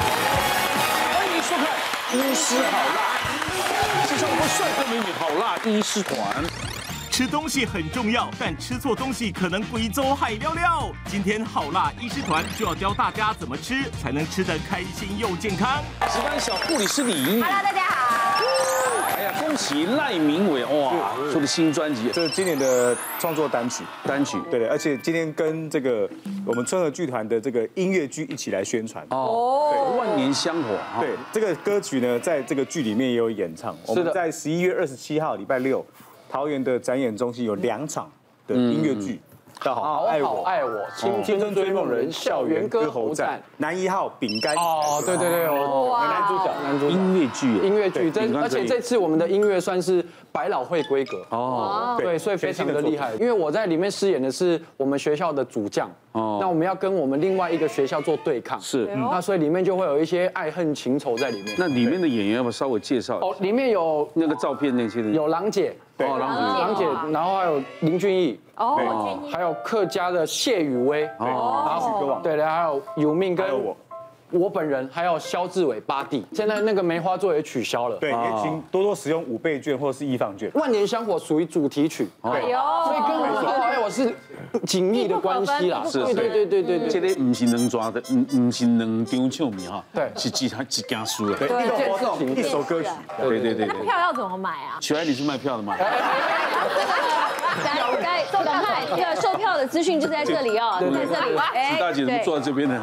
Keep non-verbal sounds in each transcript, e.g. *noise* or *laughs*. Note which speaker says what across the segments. Speaker 1: 哎医师好辣，介绍我们帅哥美女好辣医师团。
Speaker 2: 吃东西很重要，但吃错东西可能贵州海料料。今天好辣医师团就要教大家怎么吃才能吃得开心又健康。
Speaker 1: 值班小护理师李，
Speaker 3: Hello，大家好。
Speaker 1: 哎呀，恭喜赖明伟哇，出了新专辑
Speaker 4: 这是今年的创作单曲，
Speaker 1: 单曲。
Speaker 4: 对对，而且今天跟这个我们春和剧团的这个音乐剧一起来宣传。
Speaker 1: 哦，万年香火哈。
Speaker 4: 对，这个歌曲呢，在这个剧里面也有演唱。我们在十一月二十七号礼拜六，桃园的展演中心有两场的音乐剧，大家好爱我
Speaker 5: 嗯爱我，青春追梦人，校园歌喉战。，
Speaker 4: 男一号饼干
Speaker 5: 哦，对对对，我
Speaker 3: 哇，
Speaker 5: 男主角，男主角。
Speaker 1: 音乐剧啊耶
Speaker 5: 音乐剧，
Speaker 1: 你
Speaker 5: 这
Speaker 1: 刚
Speaker 5: 而且
Speaker 1: 才
Speaker 5: 这次我们的音乐算是百老汇规格
Speaker 1: 哦，
Speaker 5: 对，所以非常的厉害。因为我在里面饰演的是我们学校的主将，
Speaker 1: 哦
Speaker 5: 哦，那我们要跟我们另外一个学校做对抗，
Speaker 1: 是
Speaker 5: 嗯那所以里面就会有一些爱恨情仇在里面。
Speaker 1: 那里面的演员要不要稍微介绍一下？
Speaker 5: 哦，里面有
Speaker 1: 那个照片那些的
Speaker 5: 有郎姐，
Speaker 1: 哦，然后
Speaker 5: 郎姐，然后还有林俊逸，
Speaker 3: 哦，
Speaker 5: 还有客家的谢雨薇，
Speaker 4: 然后歌王，
Speaker 5: 对，然后哦还有有命跟
Speaker 4: 还有我
Speaker 5: 我本人还有肖志伟八弟，现在那个梅花座也取消了。啊
Speaker 4: 对，也请多多使用五倍券或是易放券。
Speaker 5: 万年香火属于主题曲，啊
Speaker 3: 哎呦，
Speaker 5: 所以跟我们好友是紧密的关系啦。
Speaker 3: 密不可分
Speaker 5: 哦对对对对对
Speaker 1: 这
Speaker 5: 对。
Speaker 1: 个不是能抓的，嗯，不是能丢球名哈，
Speaker 5: 对
Speaker 1: 是其他几家输了。
Speaker 4: 对，一个活动，
Speaker 5: 嗯
Speaker 4: 一首歌曲，
Speaker 1: 对对对
Speaker 3: 那
Speaker 1: 对，
Speaker 3: 票要怎么买
Speaker 1: *laughs*
Speaker 3: 啊？
Speaker 1: 许安你是卖票的吗？
Speaker 3: 赶快赶快，这个售票的资讯就在这里哦，在这里。哎
Speaker 1: 许大姐怎么坐在这边的？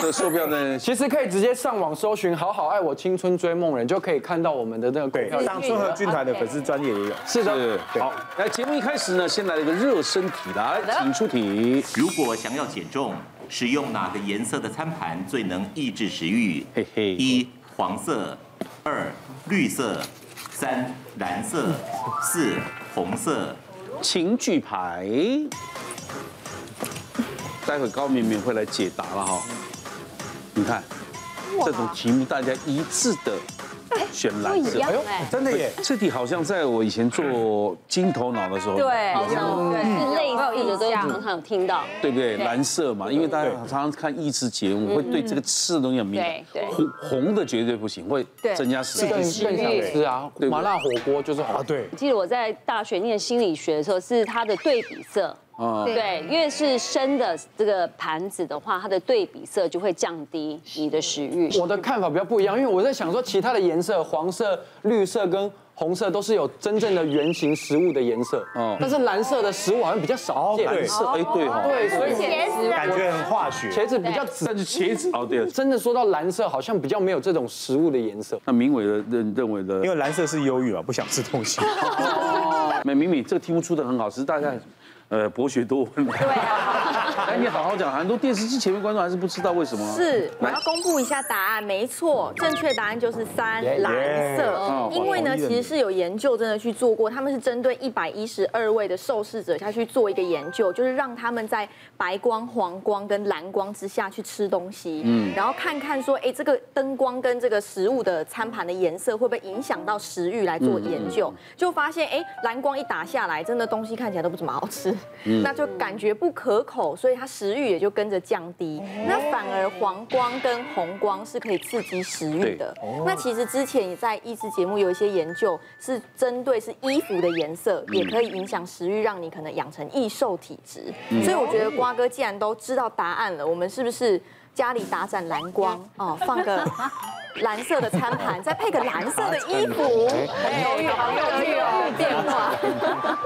Speaker 1: 这 *laughs* 售票的
Speaker 5: 其实可以直接上网搜寻“好好爱我青春追梦人”，就可以看到我们的那个股票
Speaker 4: 对，。上春和剧团的粉丝专业也有。
Speaker 5: 是的，
Speaker 1: 是好。来，节目一开始呢，先来一个热身题，来，请出题。
Speaker 2: 如果想要减重，使用哪个颜色的餐盘最能抑制食欲？
Speaker 1: 嘿嘿
Speaker 2: 一黄色，二绿色，三蓝色，四红色。
Speaker 1: 请举牌。待会高敏敏会来解答了哈。你看，这种题目大家一致的选
Speaker 3: 不
Speaker 1: 蓝
Speaker 3: 一
Speaker 1: 色。
Speaker 3: 样哎，
Speaker 4: 真的耶，
Speaker 1: 这题好像在我以前做金头脑的时候，
Speaker 3: 对，是类
Speaker 6: 我有
Speaker 3: 似
Speaker 6: 印
Speaker 3: 的
Speaker 6: 象，常常有听到。
Speaker 1: 对不对？蓝色嘛，因为大家
Speaker 4: 对
Speaker 1: 常常看益智节目，会对这个吃的东西很敏感
Speaker 6: 对。对
Speaker 1: 红红的绝对不行，会增加食
Speaker 5: 更
Speaker 1: 欲。
Speaker 5: 更想吃啊！
Speaker 1: 对
Speaker 5: 麻辣火锅就是啊，对，
Speaker 6: 记得我在大学念心理学的时候，是它的对比色。
Speaker 1: 啊
Speaker 6: 对，越是深的这个盘子的话，它的对比色就会降低你的食欲。
Speaker 5: 我的看法比较不一样，因为我在想说，其他的颜色，黄色、绿色跟红色都是有真正的圆形食物的颜色，
Speaker 1: 哦
Speaker 5: 哦，但是蓝色的食物好像比较少见，
Speaker 4: 对
Speaker 1: 蓝色，哎，对哈。
Speaker 5: 对，所以
Speaker 4: 感觉很化学。
Speaker 5: 茄子比较紫。
Speaker 1: 但是茄子哦，对了，
Speaker 5: 真的说到蓝色，好像比较没有这种食物的颜色。
Speaker 1: 那明伟的认认为的
Speaker 4: 因为蓝色是忧郁嘛，不想吃东西。 *laughs*
Speaker 1: 美哎明敏这个题目出的很好，只是大家，呃，博学多闻。对啊， *laughs* 哎，你好好讲，很多电视机前面观众还是不知道为什么啊。
Speaker 7: 是，我
Speaker 1: 来
Speaker 7: 要公布一下答案，没错，正确答案就是三蓝
Speaker 1: 哦
Speaker 7: 色。嗯因为
Speaker 1: 我
Speaker 7: 呢，
Speaker 1: 同意了
Speaker 7: 其实是有研究真的去做过，他们是针对一百一十二位的受试者，他去做一个研究，就是让他们在白光、黄光跟蓝光之下去吃东西，嗯，然后看看说，哎，这个灯光跟这个食物的餐盘的颜色会不会影响到食欲来做研
Speaker 1: 嗯
Speaker 7: 究，就发现，哎，蓝光一打下来，真的东西看起来都不怎么好吃，
Speaker 1: 嗯
Speaker 7: 那就感觉不可口，所以它食欲也就跟着降低。
Speaker 1: 哦
Speaker 7: 那反而黄光跟红光是可以刺激食欲的。那其实之前也在益智节目有一些研究，是针对是衣服的颜色也可以影响食欲，让你可能养成易瘦体质。所以我觉得瓜哥既然都知道答案了，我们是不是家里打盏蓝光哦，放个。蓝色的餐盘，再配个蓝色的衣服，好有好有趣哦！变化。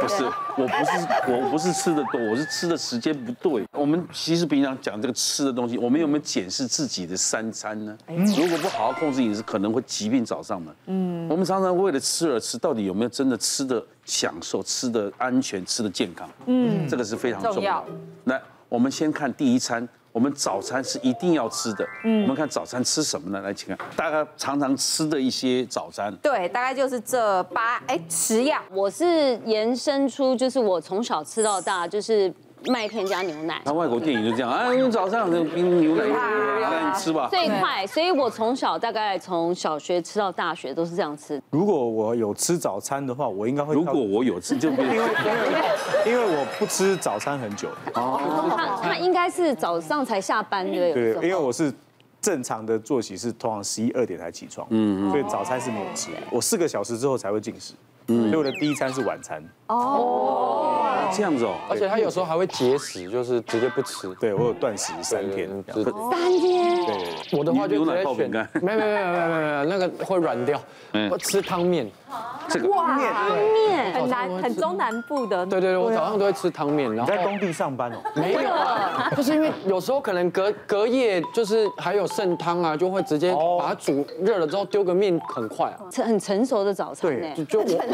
Speaker 1: 不是，我不是，我不是吃的多，我是吃的时间不对。我们其实平常讲这个吃的东西，我们有没有检视自己的三餐呢？如果不好好控制饮食，可能会疾病找上门。嗯，我们常常为了吃而吃，到底有没有真的吃的享受、吃的安全、吃的健康？嗯，这个是非常重要的。来，我们先看第一餐。我们早餐是一定要吃的，嗯，我们看早餐吃什么呢？来，请看大家常常吃的一些早餐，
Speaker 8: 对，大概就是这八哎十样。
Speaker 6: 我是延伸出，就是我从小吃到大，就是麦片加牛奶
Speaker 1: 看外国电影就这样，哎，我们早上那个冰牛奶，
Speaker 7: 啊
Speaker 1: 来你吃吧。
Speaker 6: 最快，所以我从小大概从小学吃到大学都是这样吃。
Speaker 4: 如果我有吃早餐的话，我应该会
Speaker 1: 如
Speaker 4: 挑。
Speaker 1: 果我有吃，就
Speaker 4: 因为因
Speaker 1: 别
Speaker 4: 为因为我不吃早餐很久，
Speaker 6: 哦他他应该是早上才下班对不对？
Speaker 4: 对，因为我是正常的作息是通常十一二点才起床，嗯，所以早餐是没有吃的，我四个小时之后才会进食，所以我的第一餐是晚餐，
Speaker 1: 这样子哦、
Speaker 5: 而且他有时候还会节食，就是直接不吃。
Speaker 4: 对我有断食三天，
Speaker 5: 嗯
Speaker 4: 这
Speaker 5: 就
Speaker 4: 样
Speaker 6: 三天，
Speaker 5: 我的话就直
Speaker 1: 牛奶
Speaker 5: 接
Speaker 1: 泡
Speaker 5: 选
Speaker 1: 饼干，嗯
Speaker 5: 没有没有没有没有没有没有，那个会软掉。我吃汤面，
Speaker 1: 这个
Speaker 6: 面
Speaker 8: 很南很中南部的，
Speaker 5: 对对对，我
Speaker 6: 啊
Speaker 5: 早上都会吃汤面，然
Speaker 4: 你
Speaker 5: 后
Speaker 1: 啊
Speaker 4: 在工地上班哦，
Speaker 5: 没有啊，就是因为有时候可能隔隔夜就是还有剩汤啊，就会直接
Speaker 1: 哦
Speaker 5: 把它煮热了之后丢个面，很快啊。
Speaker 6: 成很成熟的早餐呢
Speaker 4: *laughs*
Speaker 5: 就。就我，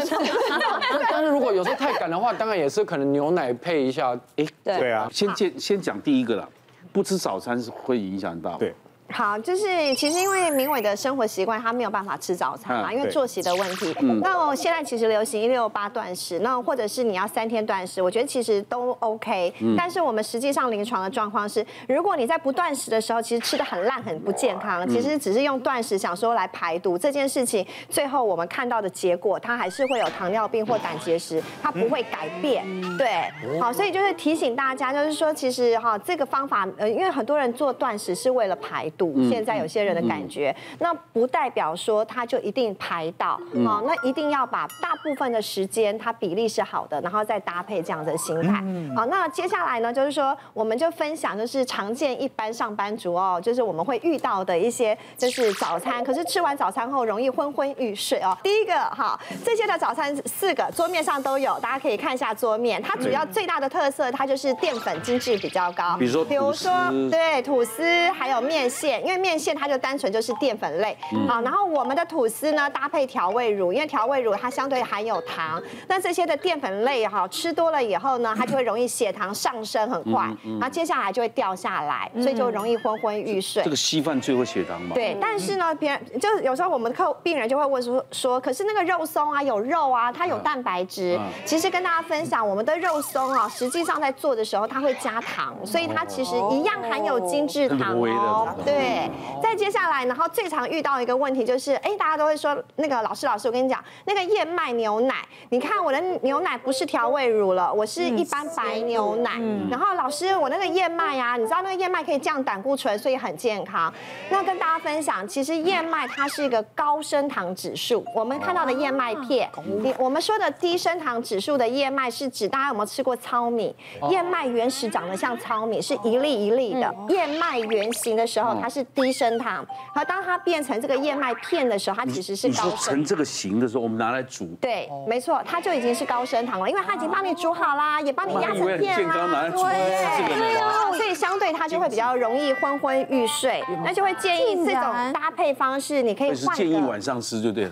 Speaker 5: *laughs* 但是如果有时候太赶的话，当然也是可能牛奶配一下。诶，
Speaker 4: 对啊，
Speaker 1: 先见先讲第一个啦，不吃早餐是会影响到。
Speaker 4: 对，
Speaker 7: 好，就是其实因为明伟的生活习惯，他没有办法吃早餐嘛，
Speaker 1: 嗯
Speaker 7: 因为
Speaker 4: 对
Speaker 7: 作息的问题。那我现在其实流行一六八断食，那或者是你要三天断食，我觉得其实都 OK、但是我们实际上临床的状况是，如果你在不断食的时候，其实吃的很烂、很不健康，其实只是用断食想说来排毒这件事情，最后我们看到的结果，它还是会有糖尿病或胆结石，它不会改变。对，好，所以就是提醒大家，就是说其实哈，这个方法呃，因为很多人做断食是为了排毒，现在有些
Speaker 1: 嗯
Speaker 7: 人的感觉，那不代表说他就一定排到，
Speaker 1: 嗯
Speaker 7: 好，那一定要把大部分的时间它比例是好的，然后再搭配这样的心态。
Speaker 1: 嗯
Speaker 7: 好，那接下来呢，就是说我们就分享就是常见一般上班族哦，就是我们会遇到的一些就是早餐，可是吃完早餐后容易昏昏欲睡哦。第一个哈，这些的早餐四个桌面上都有，大家可以看一下桌面，它主要最大的特色它就是淀粉精致比较高，
Speaker 1: 比如说
Speaker 7: 比如说
Speaker 1: 吐司
Speaker 7: 对。对，吐司还有面线，因为面线它就单纯就是淀粉类
Speaker 1: 嗯
Speaker 7: 好，然后我们的吐司呢搭配调味乳，因为调味乳它相对含有糖，那这些的淀粉类哈吃多了以后呢，它就会容易血糖上升很
Speaker 1: 嗯
Speaker 7: 快，然后接下来就会掉下来，所以就容易昏昏欲睡
Speaker 1: 这。个稀饭最会血糖嘛。，
Speaker 7: 对，但是呢，别人就是有时候我们客户病人就会问说说，可是那个肉松啊，有肉啊，它有蛋白质
Speaker 1: 嗯。
Speaker 7: 其实跟大家分享，我们的肉松啊，实际上在做的时候它会加糖，所以它其实一样含有精制糖
Speaker 1: 微的
Speaker 7: 哦。对，再接下来，然后最常遇到一个问题就是，哎，大家都会说那个老师老师，我跟你讲，那个燕麦牛奶，你看我的牛奶不是调味乳了，我是一般白牛奶。然后老师，我那个燕麦啊，你知道那个燕麦可以降胆固醇，所以很健康。那跟大家分享，其实燕麦它是一个高升糖指数，我们看到的燕麦片，你我们说的低升糖指数的燕麦是指大家有没有吃过糙米？燕麦原始长得像糙米，是一粒一粒的。燕麦原型的时候，它是低升糖，然后当它变成这个燕麦片的时候，它其实是
Speaker 1: 你
Speaker 7: 高
Speaker 1: 说
Speaker 7: 升
Speaker 1: 成。这个形的时候，我们拿来煮，
Speaker 7: 对，没错，它就已经是高升糖了，因为它已经帮你煮好啦，也帮你
Speaker 1: 我
Speaker 7: 压
Speaker 1: 还以为
Speaker 7: 成
Speaker 1: 很健
Speaker 7: 片
Speaker 1: 康，拿
Speaker 7: 啦
Speaker 1: 来。煮这个
Speaker 7: 对
Speaker 1: 呢。
Speaker 7: 啊，所以相对它就会比较容易昏昏欲睡，那就会建议这种搭配方式，你可
Speaker 1: 所
Speaker 7: 以
Speaker 1: 以是
Speaker 7: 换
Speaker 1: 建议
Speaker 7: 个啊
Speaker 1: 晚上吃就对了。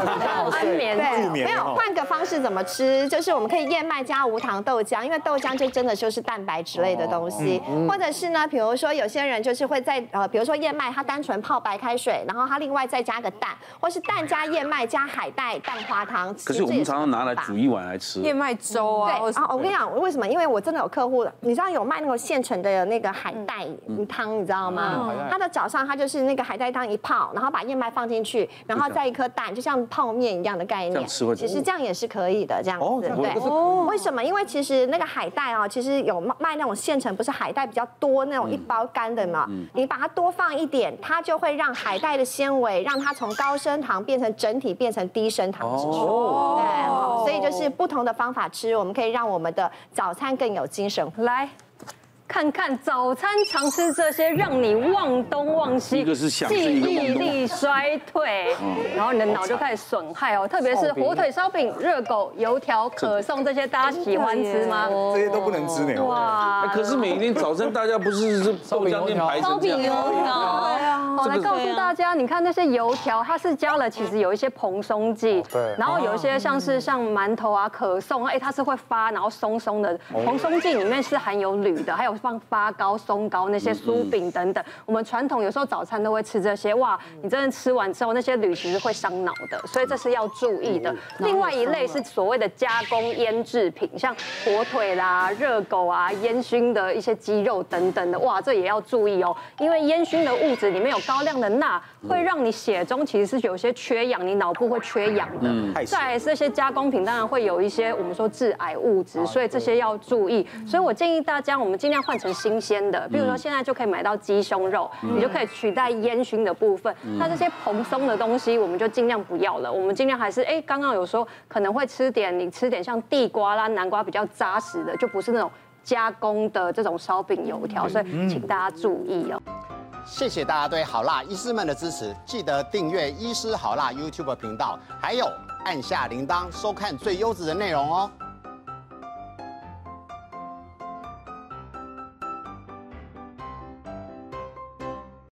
Speaker 6: 安眠
Speaker 7: 对，
Speaker 4: 助眠
Speaker 7: 没有
Speaker 4: 哦
Speaker 7: 换个方式怎么吃，就是我们可以燕麦加无糖豆浆，因为豆浆就真的就是蛋白质类的东西，
Speaker 1: 嗯
Speaker 7: 或者是呢，比如说有些人就是会在呃，比如说燕麦它单纯泡白开水，然后它另外再加个蛋，或是蛋加燕麦加海带蛋花汤。
Speaker 1: 可是我们常常拿来煮
Speaker 7: 对
Speaker 1: 一碗来吃，
Speaker 8: 燕麦粥啊，或者
Speaker 7: 啊，我跟你讲为什么？因为我真的有客户，你知道有卖那个现成的那个海带汤，你知道
Speaker 1: 哦
Speaker 7: 吗？他的早上他就是那个海带汤一泡，然后把燕麦放进去，然后再一颗蛋，就像泡面一样的概念。
Speaker 1: 这样吃会
Speaker 7: 其实这样也是可以的，这样
Speaker 4: 哦
Speaker 7: 子
Speaker 4: 这样
Speaker 7: 对。哦，为什么？因为其实那个海带哦，其实有卖卖那种现成，不是海带比较多那种
Speaker 4: 嗯
Speaker 7: 一包干的嘛，你把它多放一点，它就会让海带的纤维让它从高升糖变成整体变成低升糖指数。对，
Speaker 4: 哦
Speaker 7: 好所以就是不同的方法吃，我们可以让我们的早餐更有精神。
Speaker 9: 来看看早餐常吃这些，让你忘东忘西，
Speaker 1: 一个是想吃
Speaker 9: 记
Speaker 1: 一个忘
Speaker 9: 忆
Speaker 1: 东哦忘
Speaker 9: 力衰退，然后你的脑就开始损害哦。特别是火腿烧饼、热狗、油条、可颂这些，大家喜欢吃吗？
Speaker 4: 这些都不能吃呢。哦
Speaker 1: 哎可是每天早上大家不是是豆浆店排
Speaker 9: 烧
Speaker 1: 成这
Speaker 9: 饼油
Speaker 1: 样，
Speaker 9: 条，我哦来告诉大家，你看那些油条，它是加了其实有一些蓬松剂，
Speaker 5: 对
Speaker 9: 然后有一些像是像馒头啊、可颂，哎，它是会发，然后松松的。蓬松剂里面是含有铝的，还有放发糕、松糕那些酥饼等等。我们传统有时候早餐都会吃这些，哇，你真的吃完之后那些铝其实会伤脑的，所以这是要注意的。另外一类是所谓的加工腌制品，像火腿啦、热狗啊啊、烟熏的一些鸡肉等等的，哇，这也要注意哦，因为烟熏的物质里面有高。高量的钠，会让你血中其实是有些缺氧，你脑部会缺氧的。
Speaker 4: 太咸
Speaker 9: 再来是这些加工品，当然会有一些我们说致癌物
Speaker 4: 哦
Speaker 9: 质，所以这些要注意。
Speaker 4: 嗯
Speaker 9: 所以我建议大家，我们尽量换成新鲜的，比如说现在就可以买到鸡胸肉，
Speaker 4: 嗯
Speaker 9: 你就可以取代烟熏的部分。那这些蓬松的东西，我们就尽量不要了。我们尽量还是哎，刚刚有说可能会吃点，你吃点像地瓜啦、南瓜比较扎实的，就不是那种加工的这种烧饼油
Speaker 4: 嗯
Speaker 9: 条，所以请大家注意哦。
Speaker 10: 谢谢大家对好辣医师们的支持，记得订阅医师好辣 YouTube 频道，还有按下铃铛收看最优质的内容哦。